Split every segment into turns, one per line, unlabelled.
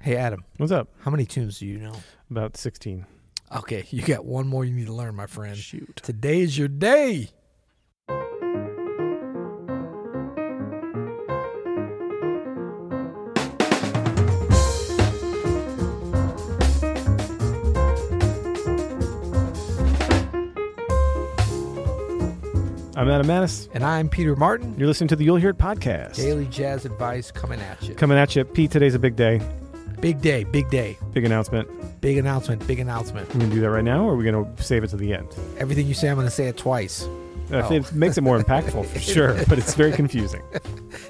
Hey Adam,
What's up?
how many tunes do you know?
About 16.
Okay, you got one more you need to learn, my friend.
Shoot.
Today's your day.
I'm Adam Manis.
And I'm Peter Martin.
You're listening to the You'll Hear It podcast.
Daily jazz advice coming at you.
Coming at you. Pete, today's a big day.
Big day, big day,
Big announcement.
big announcement, big announcement.
I'm going to do that right now, or are we going to save it to the end?
Everything you say, I'm going to say it twice.
Uh,
Oh.
It makes it more impactful for sure, but it's very confusing.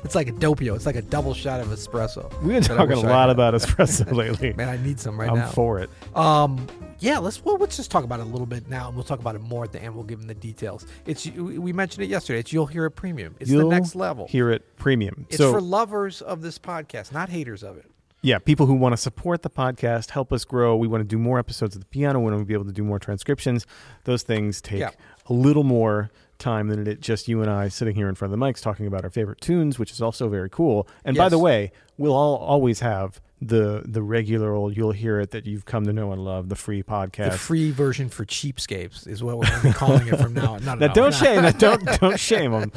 It's like a dopio. It's like a double shot of espresso.
We've been
But I
talking a
wish I
lot
had.
about espresso lately.
Man, I need some right
I'm
now.
for it.
Um, yeah, let's well, let's just talk about it a little bit now, and we'll talk about it more at the end. We'll give them the details. It's we mentioned it yesterday. It's you'll hear a premium. It's
You'll
the next level.
Hear it premium.
It's
so,
for lovers of this podcast, not haters of it.
yeah, people who want to support the podcast, help us grow. We want to do more episodes of the piano. We want to be able to do more transcriptions. Those things take
Yeah.
a little more time than it just you and I sitting here in front of the mics talking about our favorite tunes, which is also very cool. And by
Yes.
the way, we'll all always have the the regular old you'll hear it that you've come to know and love, the free podcast.
The free version for cheapscapes is what we're gonna be calling it from now on. No, no,
Now,
no,
don't
no.
shame. That don't don't shame them.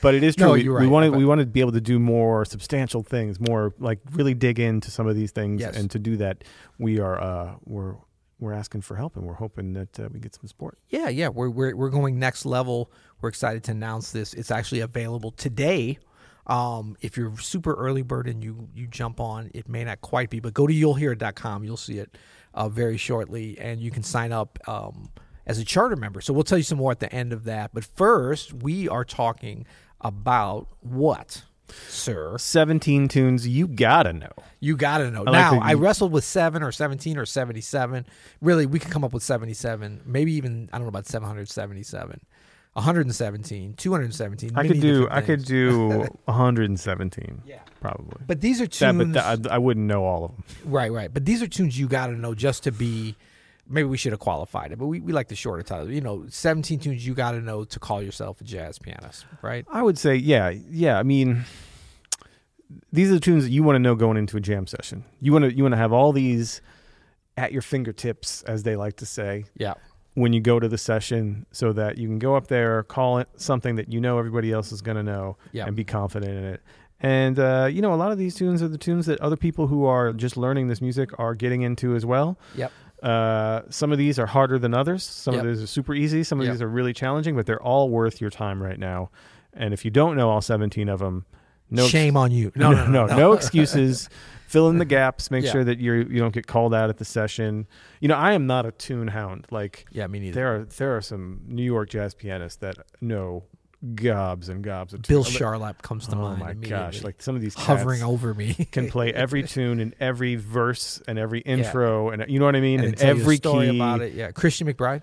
But it is true.
No,
we,
you're
we
right,
want to
but-
we want to be able to do more substantial things, more like really dig into some of these things.
Yes.
And to do that, we are uh, we're we're asking for help, and we're hoping that uh, we get some support.
Yeah, yeah, we're, we're we're going next level. We're excited to announce this. It's actually available today. Um, if you're super early bird and you you jump on, it may not quite be, but go to you'llhear.com. You'll see it uh, very shortly, and you can sign up um, as a charter member. So we'll tell you some more at the end of that. But first, we are talking about what, sir?
Seventeen tunes, you gotta know.
You gotta know.
like
now
that
I
you-
wrestled with seven or seventeen or seventy-seven. Really, we could come up with seventy-seven, maybe even I don't know about seven hundred seventy-seven, one hundred and seventeen, two hundred and seventeen.
I could do I could do one hundred and seventeen.
Yeah.
probably.
But these are tunes,
That- but that- I, I wouldn't know all of them.
right? Right. But these are tunes you gotta know just to be. Maybe we should have qualified it, but we, we like the shorter title. You know, seventeen tunes you gotta know to call yourself a jazz pianist, right?
I would say, yeah, yeah. I mean, these are the tunes that you want to know going into a jam session. You want to you want to have all these at your fingertips, as they like to say,
Yeah.
when you go to the session, so that you can go up there, call it something that you know everybody else is going to know,
Yeah.
and be confident in it. And uh, you know, a lot of these tunes are the tunes that other people who are just learning this music are getting into as well.
Yep.
Uh, some of these are harder than others. Some
Yep.
of these are super easy. Some of
Yep.
these are really challenging, but they're all worth your time right now. And if you don't know all 17 of them, no ex-
Shame on you.
no, no, no, no excuses. Fill in the gaps. Make
Yeah.
sure that you you don't get called out at the session. You know, I am not a tune hound. Like
Yeah, me neither.
there are there are some New York jazz pianists that know gobs and gobs of
Bill
tunes.
Charlap comes to
Oh
mind.
my
immediately,
gosh! Like some of these cats
hovering over me.
can play every tune and every verse and every intro and you know what I mean
and, then
and,
tell you a
every
story
key.
about it. Yeah, Christian McBride.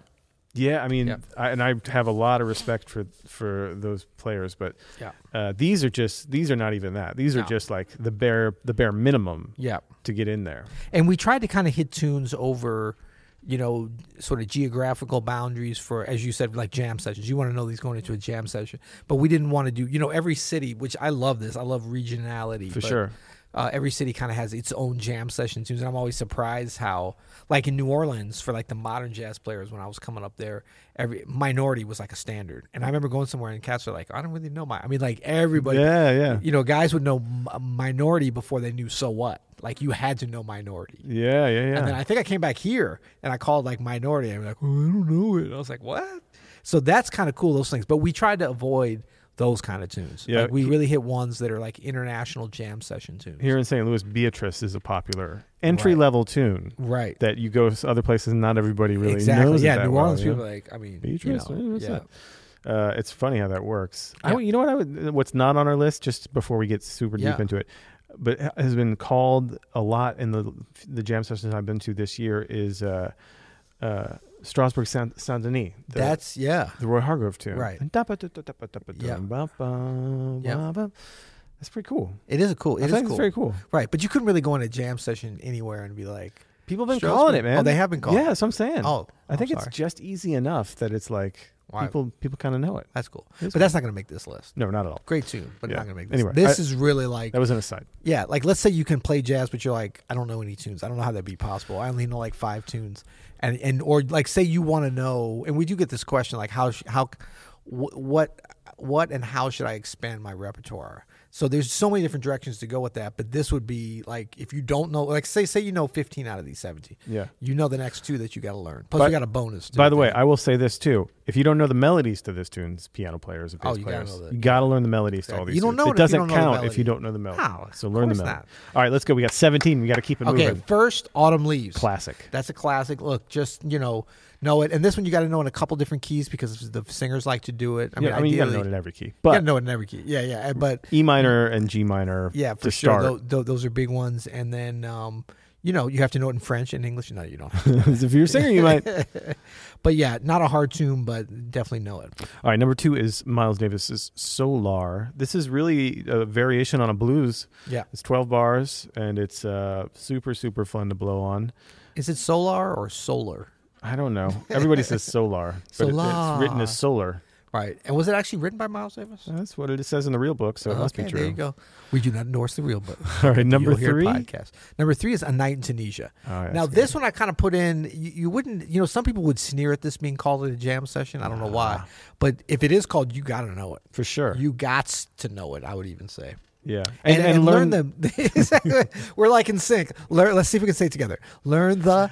Yeah, I mean,
Yeah.
I, and I have a lot of respect for for those players, but
Yeah,
uh, these are just these are not even that. These are
No.
just like the bare the bare minimum
yeah.
to get in there.
And we tried to kind of hit tunes over, you know, sort of geographical boundaries for, as you said, like jam sessions. You want to know these going into a jam session, but we didn't want to do, you know, every city. Which I love this. I love regionality
For
but,
sure.
Uh, every city kind of has its own jam session tunes, and I'm always surprised how, like in New Orleans, for like the modern jazz players, when I was coming up there, every minority was like a standard. And I remember going somewhere and cats were like, "I don't really know my," I mean, like everybody,
yeah, yeah,
you know, guys would know m- minority before they knew so what. Like you had to know minority.
yeah, yeah, yeah.
And then I think I came back here and I called like minority. I'm like, oh, I don't know it. And I was like, what? So that's kind of cool those things. But we tried to avoid those kind of tunes.
Yeah.
Like, we really hit ones that are like international jam session tunes.
Here in St. Louis, Beatrice is a popular entry level tune
Right.
that you go to other places and not everybody really
exactly.
knows. it
Yeah.
that
New
well,
Orleans
you know?
people are like, I mean, you
Beatrice,
know,
eh, what's
yeah.
that? Uh, it's funny how that works. I
Yeah.
would- you know what? I would. What's not on our list, just before we get super deep
Yeah.
into it, but has been called a lot in the the jam sessions I've been to this year is uh, uh, Strasbourg Saint Saint Denis. The,
That's, yeah.
the Roy Hargrove tune,
Right. Yeah.
Yeah. That's pretty cool.
It is a cool.
I
It is
think
cool.
it's very cool.
right. But you couldn't really go in a jam session anywhere and be like,
People have been
Strasbourg-
calling it, man.
Oh, they have been calling
Yeah,
it.
that's what I'm saying.
oh,
I think
I'm
it's
sorry.
just easy enough that it's like
Why-
People people kind of know it.
That's cool.
It's
but that's not going to make this list.
No, not at all.
Great tune, but
Yeah.
not going to make this.
Anyway,
this
I-
is really like
That was an aside.
yeah, like let's say you can play jazz, but you're like I don't know any tunes. I don't know how that'd be possible. I only know like five tunes, and and or like say you want to know, and we do get this question like how sh- how wh- what what and how should I expand my repertoire? So there's so many different directions to go with that, but this would be like if you don't know, like say say you know 15 out of these 17,
Yeah.
you know the next two that you got to learn. Plus
By-
we got a bonus. too,
By the way,
that-
I will say this too. If you don't know the melodies to this tunes, piano players, or bass
Oh, you gotta
players,
know that.
you got to learn the melodies to all
Exactly.
these.
You don't
tunes.
know it if
It
you
doesn't
don't know the
count if you
melody.
don't know the melody.
How?
So
Of
learn the
course
melody.
not.
All right, let's go. We got 17. We got to keep it
Okay,
moving.
first autumn leaves.
Classic.
That's a classic. Look, just you know, know it. And this one you got to know in a couple different keys because the singers like to do it. I mean,
yeah, I mean, you got to know
ideally-
it in every key.
you gotta
But
know it in every key. Yeah, yeah. But
E minor and G minor
yeah, for
to
sure,
start.
tho- tho- those are big ones. And then um, you know, you have to know it in French and English. No, you don't.
if you're a singer, you might.
but yeah, not a hard tune, but definitely know it.
All right, number two is Miles Davis's Solar. This is really a variation on a blues.
Yeah.
It's 12 bars and it's uh, super, super fun to blow on.
Is it solar or solar?
I don't know. Everybody says Solar, but it- it's written as Solar.
Right. And was it actually written by Miles Davis?
That's what it says in the real book, so it must be
okay, there you
true.
go. We do not endorse the real book.
All right, number
You'll hear
three.
podcast. Number three is a night in Tunisia.
Oh, yeah,
now
that's
this one I kind of put in. You, you wouldn't, you know, some people would sneer at this being called a jam session. I don't know why,
Ah.
but if it is called, you got to know it.
For sure.
You got to know it. I would even say.
yeah.
And, and, learn, the. We're like in sync. Learn. Let's see if we can say it together. Learn the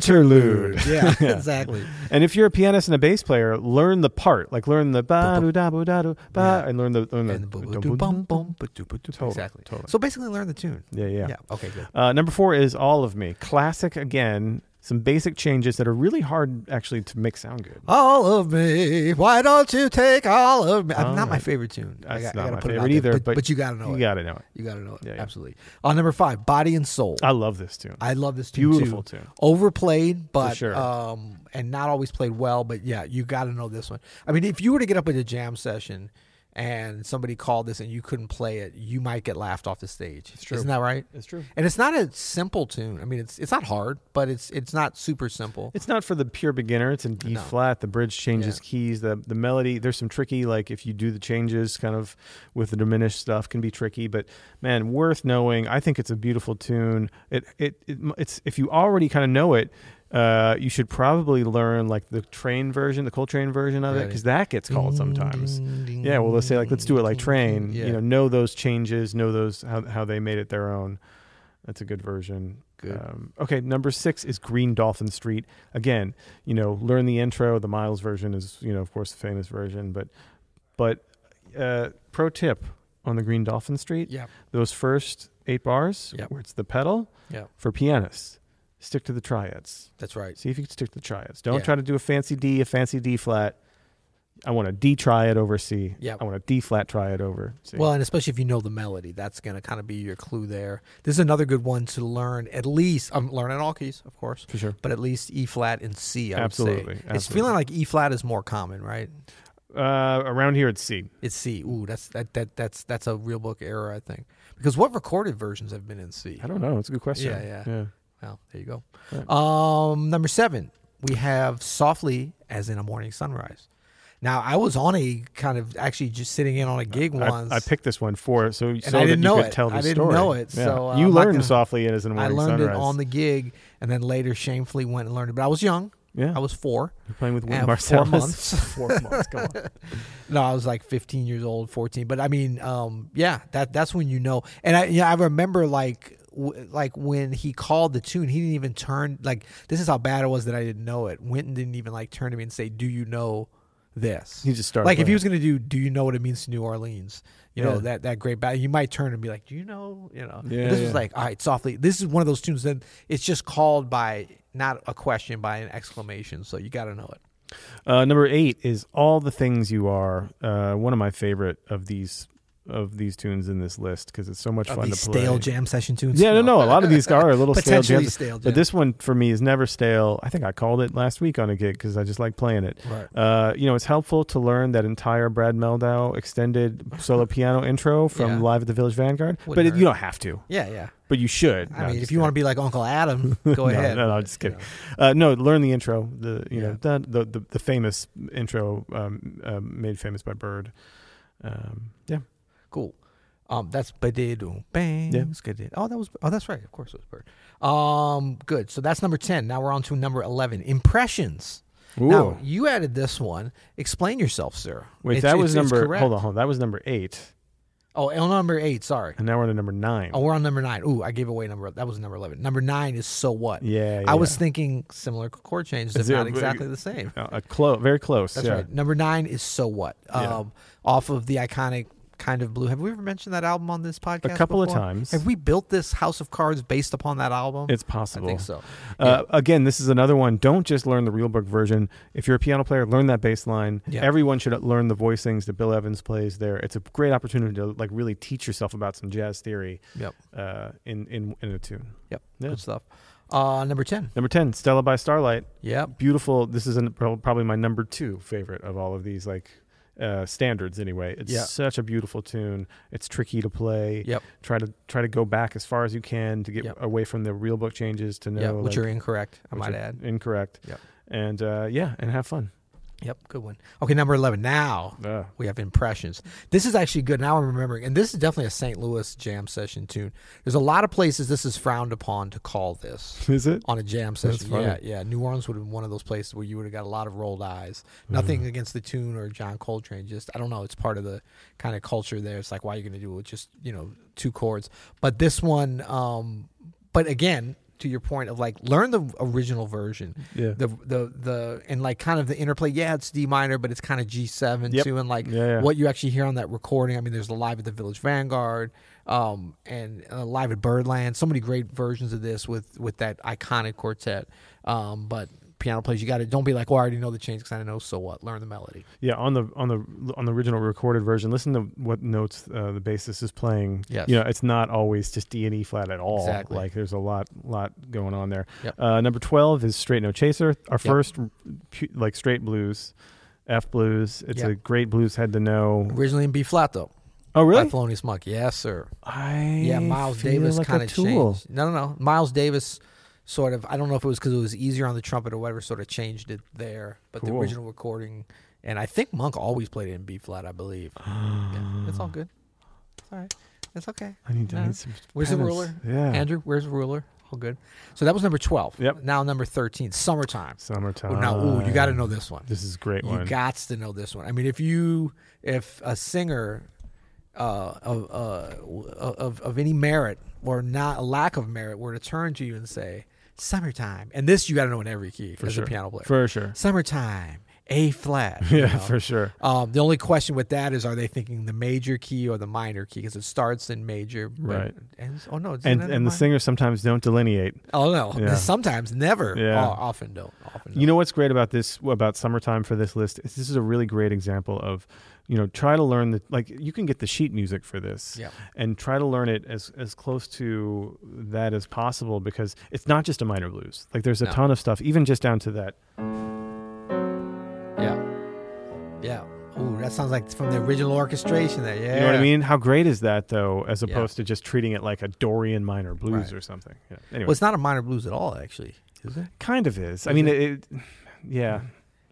Interlude.
Yeah, exactly.
And if you're a pianist and a bass player, learn the part. Like learn the ba do da bu da do ba
Yeah.
and learn the learn the,
And the boom, boom, boom, boom, boom, boom,
Totally,
Exactly.
totally.
So basically, learn the tune.
Yeah, yeah.
Yeah. Okay. Good.
Uh, number four is All of Me. Classic again. Some basic changes that are really hard actually to make sound good.
All of me. Why don't you take all of me? I'm
All
not my
right.
favorite tune. I got- I
That's not
gotta
my
put it out
favorite
there,
either,
But,
but
you got to know
you
it.
got to know it.
You got to know it.
Yeah, yeah.
Absolutely. On number five, Body and Soul.
I love this tune.
I love this tune
Beautiful
too.
tune.
Overplayed, but
sure.
um, and not always played well. But yeah, you got to know this one. I mean, if you were to get up at a jam session and somebody called this and you couldn't play it, you might get laughed off the stage. It's
true.
Isn't that right?
It's true.
And it's not a simple tune. I mean, it's it's not hard, but it's it's not super simple.
It's not for the pure beginner. It's in D
No.
flat. The bridge changes
Yeah.
keys. The the melody. There's some tricky. Like if you do the changes, kind of with the diminished stuff, can be tricky. But man, worth knowing. I think it's a beautiful tune. It it, it it's if you already kind of know it. Uh, you should probably learn like the train version, the Coltrane version of it,
Right.
because that gets called sometimes.
Ding,
Yeah, well, let's say like let's do it like
ding,
train.
Yeah.
You know, know those changes, know those how how they made it their own. That's a good version.
Good.
Um, okay, number six is Green Dolphin Street. Again, you know, learn the intro. The Miles version is you know, of course, the famous version. But but uh, pro tip on the Green Dolphin Street,
yeah,
those first eight bars
Yep.
where it's the pedal
yeah.
for pianists, stick to the triads.
That's right.
See if you can stick to the triads. Don't
Yeah.
try to do a fancy D, a fancy D flat. I want a D triad over C.
Yeah.
I want a D flat triad over C.
Well, and especially if you know the melody, that's going to kind of be your clue there. This is another good one to learn at least. I'm learning all keys, of course,
for sure.
but at least E flat and C. I would say.
Absolutely,
It's
absolutely.
feeling like E flat is more common, right?
Uh, around here it's C.
It's C. Ooh, that's that that that's that's a real book error, I think. Because what recorded versions have been in C?
I don't know. It's a good question.
Yeah, yeah.
yeah.
Well, there you go.
Right.
Um, number seven, we have softly as in a morning sunrise. Now, I was on a kind of actually just sitting in on a gig
I-
once.
I, picked this one for so, so
I
that
didn't
you
know
could
it.
tell the
I didn't
story.
know it, so, uh,
you
I'm not
learned
gonna-
softly and as an
I
morning
learned
sunrise.
it on the gig, and then later shamefully went and learned it. But I was young.
yeah.
I was four.
You're playing with
Yeah, four
Wynn Marsalis.
months.
four months. Come on.
No, I was like 15 years old, 14. But I mean, um, yeah, that that's when you know. And I, yeah, I remember like w- like when he called the tune, he didn't even turn. Like this is how bad it was that I didn't know it. Winton didn't even like turn to me and say, "Do you know this?"
You just started
like if he
playing.
was gonna do, "Do you know what it means to New Orleans?" You know
Yeah.
that that great battle. You might turn and be like, "Do you know?" You know. But
Yeah,
this
yeah.
was like, all right, softly. This is one of those tunes that it's just called by not a question, by an exclamation. So you got to know it.
Uh, number eight is All the Things You Are. Uh, one of my favorite of these of these tunes in this list because it's so much
Of
fun to
these
play.
stale jam session tunes.
Yeah, no, no. A lot of these are a little stale
Potentially
jams,
stale
but
jams.
this one for me is never stale. I think I called it last week on a gig because I just like playing it.
Right.
Uh, you know, it's helpful to learn that entire Brad Meldow extended solo piano intro from
Yeah.
Live at the Village Vanguard,
Wouldn't
but it,
hurt.
you don't have to,
Yeah, yeah.
but you should.
I mean, if you want to be like Uncle Adam, go
no,
ahead.
No, no, I'm just kidding. Uh, no, learn the intro. The you know
Yeah.
that the, the the famous intro um, um, made famous by Bird. Um, yeah,
Cool. Um, that's Badidu Bang.
Yeah.
Skadid- Oh, that was. Oh, that's right. Of course, it was Bird. Um, good. So that's number ten. Now we're on to number eleven. Impressions. Now
Ooh.
you added this one. Explain yourself, sir.
wait,
It's-
that
it's- it's
was number.
correct.
Hold on, hold on, that was number eight,
Oh, L number eight. Sorry.
and now we're on to number nine.
Oh, we're on number nine. Ooh, I gave away number. That was number eleven. Number nine is so what?
Yeah,
I was
yeah.
thinking similar chord changes, if
there-
not exactly the same.
Uh, a close, very close.
That's
yeah.
right. Number nine is so what? Um,
Yeah.
off of the iconic kind of blue. Have we ever mentioned that album on this podcast?
couple of
before?
times.
Have we built this House of Cards based upon that album?
It's
I
possible.
think so.
Uh, Again, this is another one. Don't just learn the real book version. If you're a piano player, learn that bass line.
Yeah.
Everyone should learn the voicings that Bill Evans plays there. It's a great opportunity to like really teach yourself about some jazz theory
Yep.
uh, in, in in a tune.
Yep.
Yeah.
Good stuff. Uh, number ten.
Number ten, Stella by Starlight.
Yep.
Beautiful. This is an, prob- probably my number two favorite of all of these like uh, standards. Anyway, it's
Yeah.
such a beautiful tune. It's tricky to play.
Yep.
Try to try to go back as far as you can to get
Yep.
away from the real book changes to know
yeah. Which
like,
are incorrect. I
which
might
are
add.
Incorrect.
Yep.
And uh, yeah, and have fun.
Yep. Good one. Okay. Number eleven. Now
Uh,
we have impressions. This is actually good. Now I'm remembering, and this is definitely a St. Louis jam session tune. There's a lot of places this is frowned upon to call this.
is it?
on a jam session.
funny.
Yeah, yeah. New Orleans would have been one of those places where you would have got a lot of rolled eyes. Nothing against the tune or John Coltrane. Just I don't know. It's part of the kind of culture there. It's like why are you going to do it with just you know two chords? But this one, um, but again. To your point of like, learn the original version,
Yeah.
the the the and like kind of the interplay. Yeah, it's D minor, but it's kind of G seven
Yep.
too, and like
Yeah, yeah.
what you actually hear on that recording. I mean, there's the live at the Village Vanguard, um, and uh, live at Birdland. So many great versions of this with with that iconic quartet. Um, but piano players, you got to don't be like, well, I already know the change because I know. So what? Learn the melody.
Yeah, on the on the on the original recorded version, listen to what notes uh, the bassist is playing.
Yes.
you know it's not always just D and E flat at all.
Exactly.
like there's a lot lot going on there.
Yep.
Uh, number twelve is Straight No Chaser, our first pu- like straight blues, F blues. It's
Yep.
a great blues head to know.
Originally in B flat though.
Oh
By
really?
Thelonious Monk. Yes, sir.
I
Yeah, Miles
feel
Davis
like a
kind of
tool.
changed. No, no, no. Miles Davis sort of. I don't know if it was because it was easier on the trumpet or whatever. Sort of changed it there, but the
Cool.
original recording. And I think Monk always played it in B flat, I believe. yeah, it's all good. It's all right. It's okay.
I need, to
No.
I need some.
Where's the
penance.
ruler?
Yeah.
Andrew, where's the ruler? All good. So that was number twelve.
Yep. Uh,
Now number thirteen, summertime.
Summertime.
Oh, now, ooh, you got to know this one.
This is a great
You
one.
got to know this one. I mean, if you, if a singer uh, of, uh, w- of of any merit or not a lack of merit were to turn to you and say, "Summertime," and this you got to know in every key
for
as
sure.
a piano player.
For sure.
Summertime, A flat. you
Yeah,
know?
for sure.
Um, the only question with that is, are they thinking the major key or the minor key? Because it starts in major, but
Right.
ends- oh no, it's in
And and the
minor.
singers sometimes don't delineate.
Oh no,
Yeah.
sometimes never.
Yeah.
Oh, often don't. Often don't.
You know what's great about this about summertime for this list is this is a really great example of, you know, try to learn the like you can get the sheet music for this.
Yep.
And try to learn it as as close to that as possible because it's not just a minor blues. Like there's a
No.
ton of stuff, even just down to that.
yeah, yeah. Ooh, that sounds like from the original orchestration. There, yeah.
You know what I mean? How great is that though, as
Yeah.
opposed to just treating it like a Dorian minor blues
Right.
or something. Yeah. Anyway,
Well, it's not a minor blues at all, actually, is it?
kind of is. I mean, it, it yeah,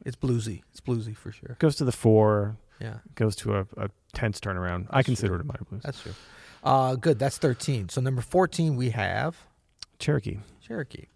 It's bluesy. It's bluesy for sure.
goes to the four,
Yeah,
goes to a, a tense turnaround. I consider it a minor blues.
that's true. Uh, good. That's thirteen. So number fourteen, we have
Cherokee.
Cherokee.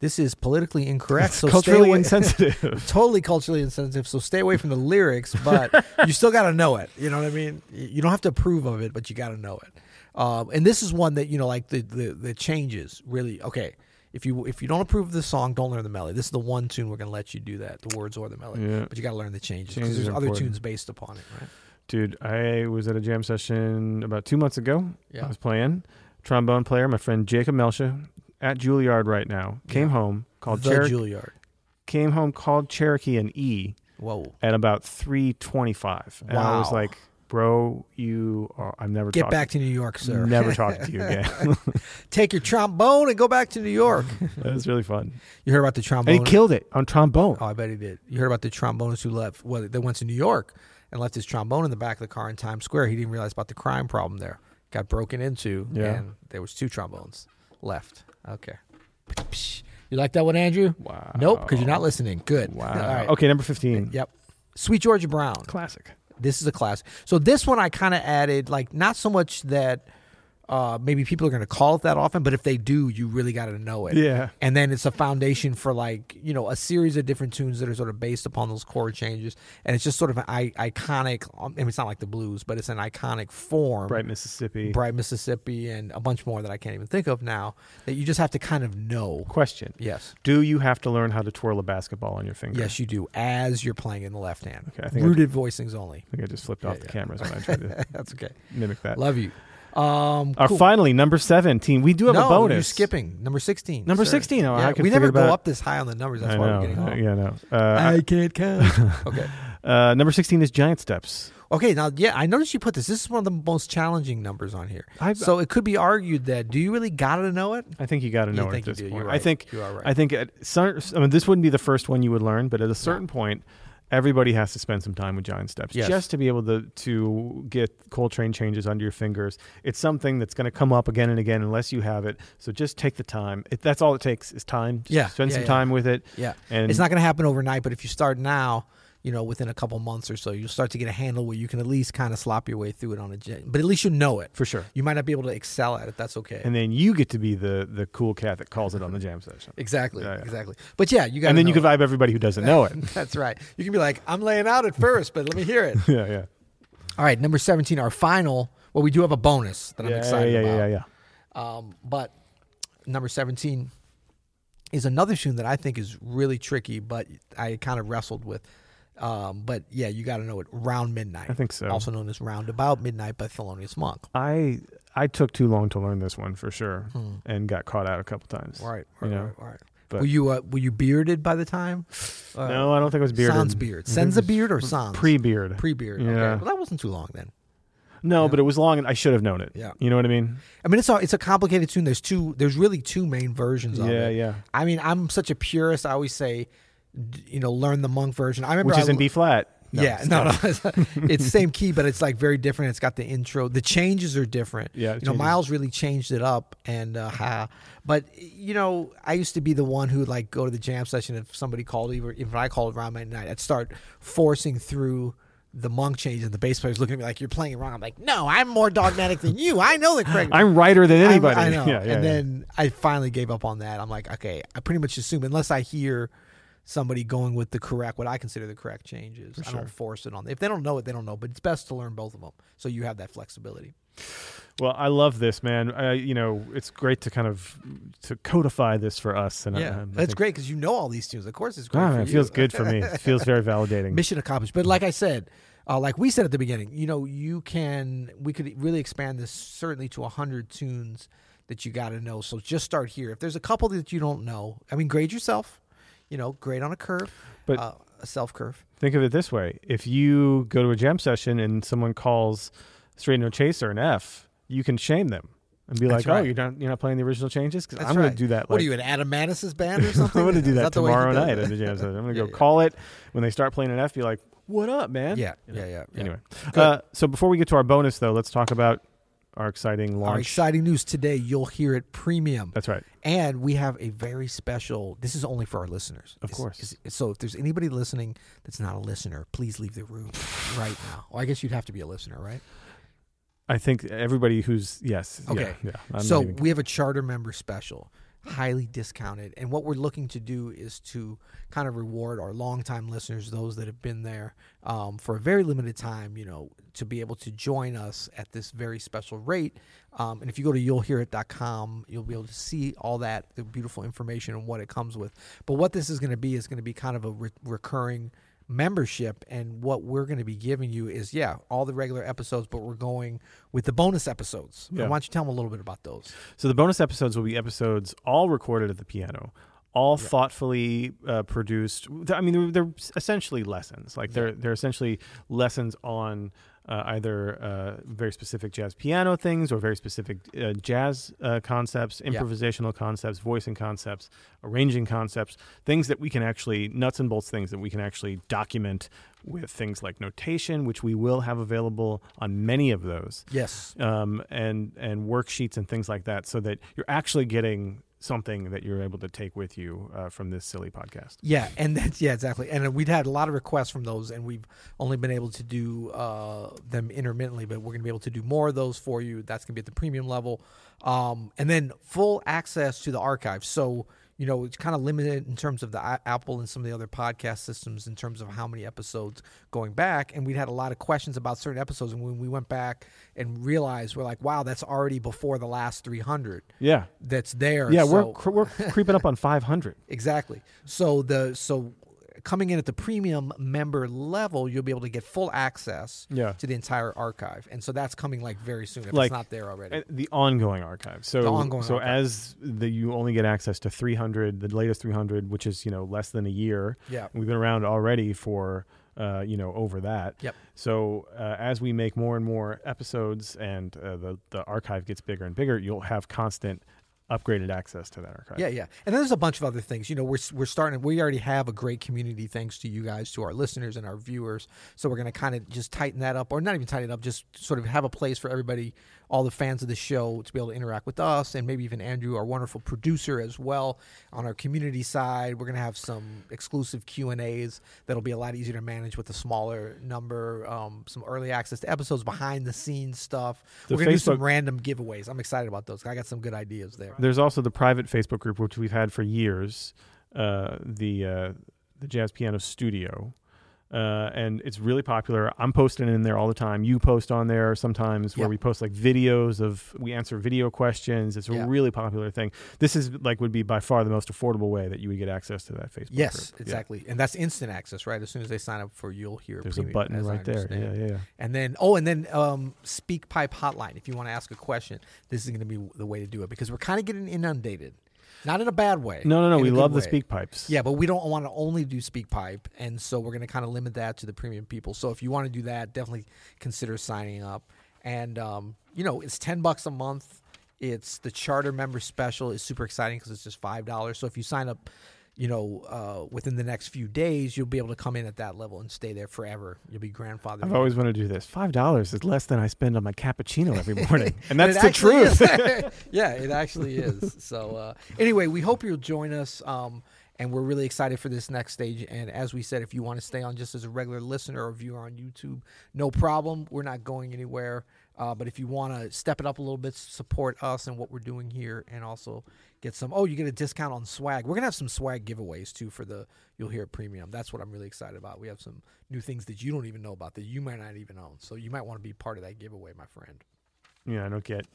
This is politically incorrect. so stay
Culturally
away.
insensitive.
totally culturally insensitive. So stay away from the lyrics, but you still got to know it. You know what I mean? Y- You don't have to approve of it, but you got to know it. Um, and this is one that you know, like the, the the changes really. Okay, if you if you don't approve of the song, don't learn the melody. This is the one tune we're gonna let you do that, the words or the melody.
Yeah.
But you got to learn the changes because
Changes
there's
are
other
important.
tunes based upon it, right?
Dude, I was at a jam session about two months ago.
Yeah.
I was playing trombone player, my friend Jacob Melsha at Juilliard right now. Came
Yeah.
home, called
the
Cherokee.
Juilliard.
came home, called Cherokee an E
Whoa.
at about 325. And I was
Wow.
like, bro, you are. I've never
Get
talked-
back to New York, sir.
Never talking to you again.
Take your trombone and go back to New York.
that was really fun.
you heard about the
And
trombone?
he killed it on trombone.
Oh, I bet he did. You heard about the trombonist who left? Well, they went to New York and left his trombone in the back of the car in Times Square. He didn't realize about the crime problem there. Got broken into,
Yeah.
and there was two trombones left. Okay. You like that one, Andrew?
Wow.
Nope, because you're not listening. Good.
Wow.
All right.
Okay, number fifteen.
Yep. Sweet Georgia Brown.
Classic.
This is a class. So this one I kind of added, like, not so much that uh, maybe people are going to call it that often, but if they do, you really got to know it.
Yeah.
And then it's a foundation for like you know a series of different tunes that are sort of based upon those chord changes, and it's just sort of an I- iconic. um, I mean, it's not like the blues, but it's an iconic form.
Bright Mississippi.
Bright Mississippi, and a bunch more that I can't even think of now. That you just have to kind of know.
Question:
Yes.
Do you have to learn how to twirl a basketball on your finger?
Yes, you do. As you're playing in the left hand,
Okay, I think I-
rooted voicings only.
I think I just flipped off the
yeah.
cameras when I tried to
That's okay.
mimic that.
Love you. Um,
Our
cool.
finally number seventeen. We do have
no,
a bonus.
You're skipping number sixteen.
Number
sir.
16, oh, I
Yeah,
could
we never
figure
go
that-
up this high on the numbers. That's
I
why
know.
we're getting off.
Yeah, no. Uh,
can't count. okay.
uh, number sixteen is giant steps.
Okay. Now, yeah, I noticed you put this. This is one of the most challenging numbers on here.
I've-
so it could be argued that do you really got to know it?
I think you got to know it
think
at
you
this
do.
point.
You're
I
right.
think
You are right.
I think at cer- I mean, this wouldn't be the first one you would learn, but at a certain point, everybody has to spend some time with giant steps
Yes.
just to be able to to get Coltrane changes under your fingers. It's something that's going to come up again and again unless you have it. So just take the time. It, that's all it takes is time. Just
Yeah.
spend
Yeah,
some
yeah.
time with it.
Yeah.
And
it's not going to happen overnight, but if you start now, you know, within a couple months or so, you'll start to get a handle where you can at least kind of slop your way through it on a gen. But at least you know it.
for sure.
You might not be able to excel at it. That's okay.
And then you get to be the the cool cat that calls it on the jam session.
exactly.
Yeah, yeah.
Exactly. But yeah, you got.
And then you can vibe everybody who doesn't know it.
That's right. You can be like, I'm laying out at first, but let me hear it.
yeah, yeah.
All right, number 17, our final. Well, we do have a bonus that I'm
yeah,
excited
yeah, yeah,
about.
yeah, yeah.
Um, but number 17 is another tune that I think is really tricky, but I kind of wrestled with. Um, but yeah, you got to know it. Round Midnight.
I think so.
Also known as Roundabout Midnight by Thelonious Monk.
I I took too long to learn this one for sure,
Hmm.
and got caught out a couple times.
Right, right,
You know,
right, right.
but-
were you uh, were you bearded by the time? Uh,
No, I don't think it was bearded.
Sans beard. Sends a beard or sans?
Pre-beard.
Pre beard.
Yeah.
Okay. Well, that wasn't too long then.
no, but it was long, and I should have known it.
Yeah.
You know what I mean?
I mean, it's a it's a complicated tune. There's two. There's really two main versions of
Yeah,
it.
yeah.
I mean, I'm such a purist. I always say, d- you know, learn the monk version. I remember
Which
I
is in
l-
B flat.
yeah, no, no, it's, it's same key, but it's like very different. It's got the intro. The changes are different.
Yeah,
you
the
know,
changes-
Miles really changed it up, and uh, ha. But you know, I used to be the one who would like go to the jam session if somebody called, even if I called around midnight, I'd start forcing through the monk change, and the bass player's looking at me like you're playing it wrong. I'm like, no, I'm more dogmatic than you. I know the correct.
I'm righter than
I-
anybody.
I, know.
Yeah, yeah,
and
yeah.
then I finally gave up on that. I'm like, okay, I pretty much assume unless I hear somebody going with the correct, what I consider the correct changes, I don't force it on. If they don't know it, they don't know. But it's best to learn both of them so you have that flexibility.
Well, I love this, man. I, you know, it's great to kind of to codify this for us. And I- um, I, I
that's
think-
great because you know all these tunes. Of course, it's great.
Ah,
for
it feels
you.
good for me. It feels very validating.
Mission accomplished. But like I said. Uh, like we said at the beginning, you know, you can we could really expand this certainly to hundred tunes that you got to know. So just start here. If there's a couple that you don't know, I mean, grade yourself. You know, grade on a curve,
But-
uh, a self curve.
Think of it this way: if you go to a jam session and someone calls straight no chaser an F, you can shame them and be
That's
like, "Oh,
right.
you're not you're not playing the original changes because
That's
I'm going
right.
to do that." Like,
What are you, an Adam Mattis's band or something?
I'm going to do
Is
that,
the way he
tomorrow
does
night
it?
at the jam session. I'm going to
Yeah,
go
yeah.
call it when they start playing an F. Be like, "What up, man?"
Yeah, yeah, yeah. yeah.
Anyway, uh, so before we get to our bonus, though, let's talk about our exciting
Our
launch.
exciting news today, you'll hear it premium.
That's right.
And we have a very special, this is only for our listeners.
Of
It's-
course.
it's- So if there's anybody listening that's not a listener, please leave the room right now. Well, I guess you'd have to be a listener, right?
I think everybody who's yes, yeah,
Okay.
yeah. I'm
so
not even-
we have a charter member special, highly discounted, and what we're looking to do is to kind of reward our longtime listeners, those that have been there um, for a very limited time. You know, to be able to join us at this very special rate. Um, and if you go to you'llhearit.com, you'll be able to see all that the beautiful information and what it comes with. But what this is going to be is going to be kind of a re- recurring membership and what we're going to be giving you is yeah all the regular episodes but we're going with the bonus episodes
Yeah.
why don't you tell them a little bit about those
So the bonus episodes will be episodes all recorded at the piano, all thoughtfully uh, produced. Th- I mean, they're, they're essentially lessons. Like they're they're essentially lessons on. uh, either uh, very specific jazz piano things or very specific uh, jazz uh, concepts, improvisational concepts, voicing concepts, arranging concepts, things that we can actually, nuts and bolts things that we can actually document with things like notation, which we will have available on many of those
Yes.
um, and and worksheets and things like that, so that you're actually getting something that you're able to take with you uh, from this silly podcast.
Yeah, and that's yeah, exactly. And uh, we've had a lot of requests from those, and we've only been able to do uh, them intermittently. But we're going to be able to do more of those for you. That's going to be at the premium level, um, and then full access to the archive. So you know it's kind of limited in terms of the I- Apple and some of the other podcast systems in terms of how many episodes going back. And we'd had a lot of questions about certain episodes, and when we went back and realized, we're like, wow, that's already before the last three hundred.
Yeah,
That's there.
yeah,
So-
we're cr- we're creeping up on 500.
Exactly. So the so coming in at the premium member level, you'll be able to get full access
Yeah.
to the entire archive, and so that's coming like very soon if
Like-
it's not there already.
And the ongoing archive. So,
The ongoing
so
archive.
as the you only get access to 300, the latest 300, which is you know less than a year.
Yeah.
we've been around already for uh, you know over that.
Yep.
So uh, as we make more and more episodes, and uh, the the archive gets bigger and bigger, you'll have constant upgraded access to that archive.
Yeah, yeah. And then there's a bunch of other things. You know, we're we're starting. We already have a great community thanks to you guys, to our listeners and our viewers. So we're going to kind of just tighten that up, or not even tighten it up, just sort of have a place for everybody, all the fans of the show, to be able to interact with us, and maybe even Andrew, our wonderful producer, as well. On our community side, we're going to have some exclusive Q and A's that'll be a lot easier to manage with a smaller number. Um, some early access to episodes, behind the scenes stuff.
The
we're going to do some
Facebook-
random giveaways. I'm excited about those. I got some good ideas there.
There's also the private Facebook group, which we've had for years, uh, the uh, the Jazz Piano Studio, uh, and it's really popular. I'm posting in there all the time. You post on there sometimes, where
Yep.
we post like videos of we answer video questions. It's a
Yeah.
really popular thing. This is like would be by far the most affordable way that you would get access to that Facebook.
Yes,
group. Yeah.
exactly. And that's instant access, right? As soon as they sign up for you'll hear
There's
Premium,
a button
as I
right there.
understand.
Yeah, yeah, yeah.
And then oh, and then um speak pipe hotline if you want to ask a question. This is going to be the way to do it because we're kind of getting inundated. Not in a bad way.
No, no, no.
in a
We
good
love the
way.
speak pipes.
Yeah, but we don't want to only do speak pipe and so we're going to kind of limit that to the premium people. So if you want to do that, definitely consider signing up. And um, you know, it's 10 bucks a month. It's the charter member special is super exciting because it's just five dollars. So if you sign up, you know, uh, within the next few days, you'll be able to come in at that level and stay there forever. You'll be grandfathered.
I've
in.
always wanted to do this. Five dollars is less than I spend on my cappuccino every morning,
And
and that's
it
the
actually
truth.
is. yeah, it actually is. So uh, anyway, we hope you'll join us. Um, and we're really excited for this next stage. And as we said, if you want to stay on just as a regular listener or viewer on YouTube, no problem. We're not going anywhere. Uh, but if you want to step it up a little bit, support us and what we're doing here, and also get some. Oh, you get a discount on swag. We're gonna have some swag giveaways too for the you'll hear it premium. That's what I'm really excited about. We have some new things that you don't even know about that you might not even own. So you might want to be part of that giveaway, my friend.
Yeah, I don't get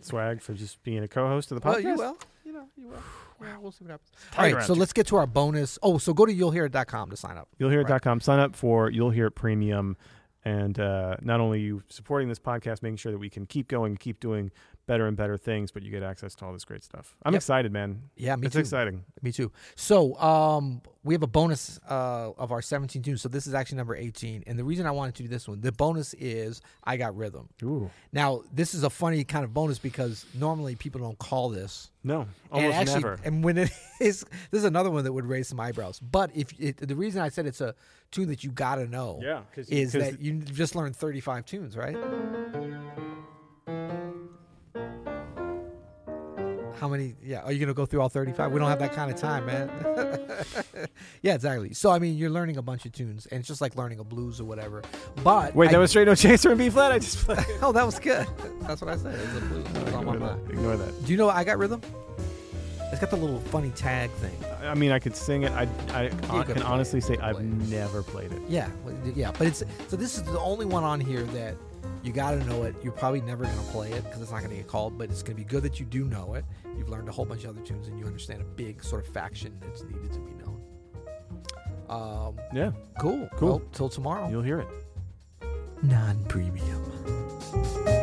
swag for just being a co-host of the podcast.
Well, you will. You know, you will. Yeah, we'll see what happens. All
tight
right,
around
so
here.
let's get to our bonus. Oh, so go to you'llhear.com to sign up.
You'll hear
Right.
it.com. Sign up for You'll Hear It Premium. And uh, not only you supporting this podcast, making sure that we can keep going, keep doing better and better things, but you get access to all this great stuff. I'm
Yep.
excited, man.
Yeah, me
it's
too.
exciting.
Me too. So um, we have a bonus uh, of our 17 tunes. So this is actually number 18. And the reason I wanted to do this one, the bonus is I Got Rhythm.
Ooh.
Now, this is a funny kind of bonus because normally people don't call this.
No,
and
almost
actually,
never.
And when it is, this is another one that would raise some eyebrows. But if it, the reason I said it's a tune that you gotta know,
Yeah, 'cause-
is
'cause
that you just learned 35 tunes, right? How many? Yeah, are you gonna go through all 35? We don't have that kind of time, man. yeah, exactly. So I mean, you're learning a bunch of tunes, and it's just like learning a blues or whatever. But
Wait,
I-
that was straight no chaser and B flat. I just played.
oh, that was good. That's what I said. It was a blues. It was on my
Ignore that.
mind.
Ignore that.
Do you know I got rhythm? It's got the little funny tag thing.
I mean, I could sing it. I, I
You could
can honestly
play
say
it.
I've
Play it.
never played it.
Yeah, well, yeah, but it's so this is the only one on here that you got to know it. You're probably never going to play it because it's not going to get called, but it's going to be good that you do know it. You've learned a whole bunch of other tunes and you understand a big sort of faction that's needed to be known. Um,
Yeah,
cool,
Cool.
Well, till tomorrow,
you'll hear it.
non-premium.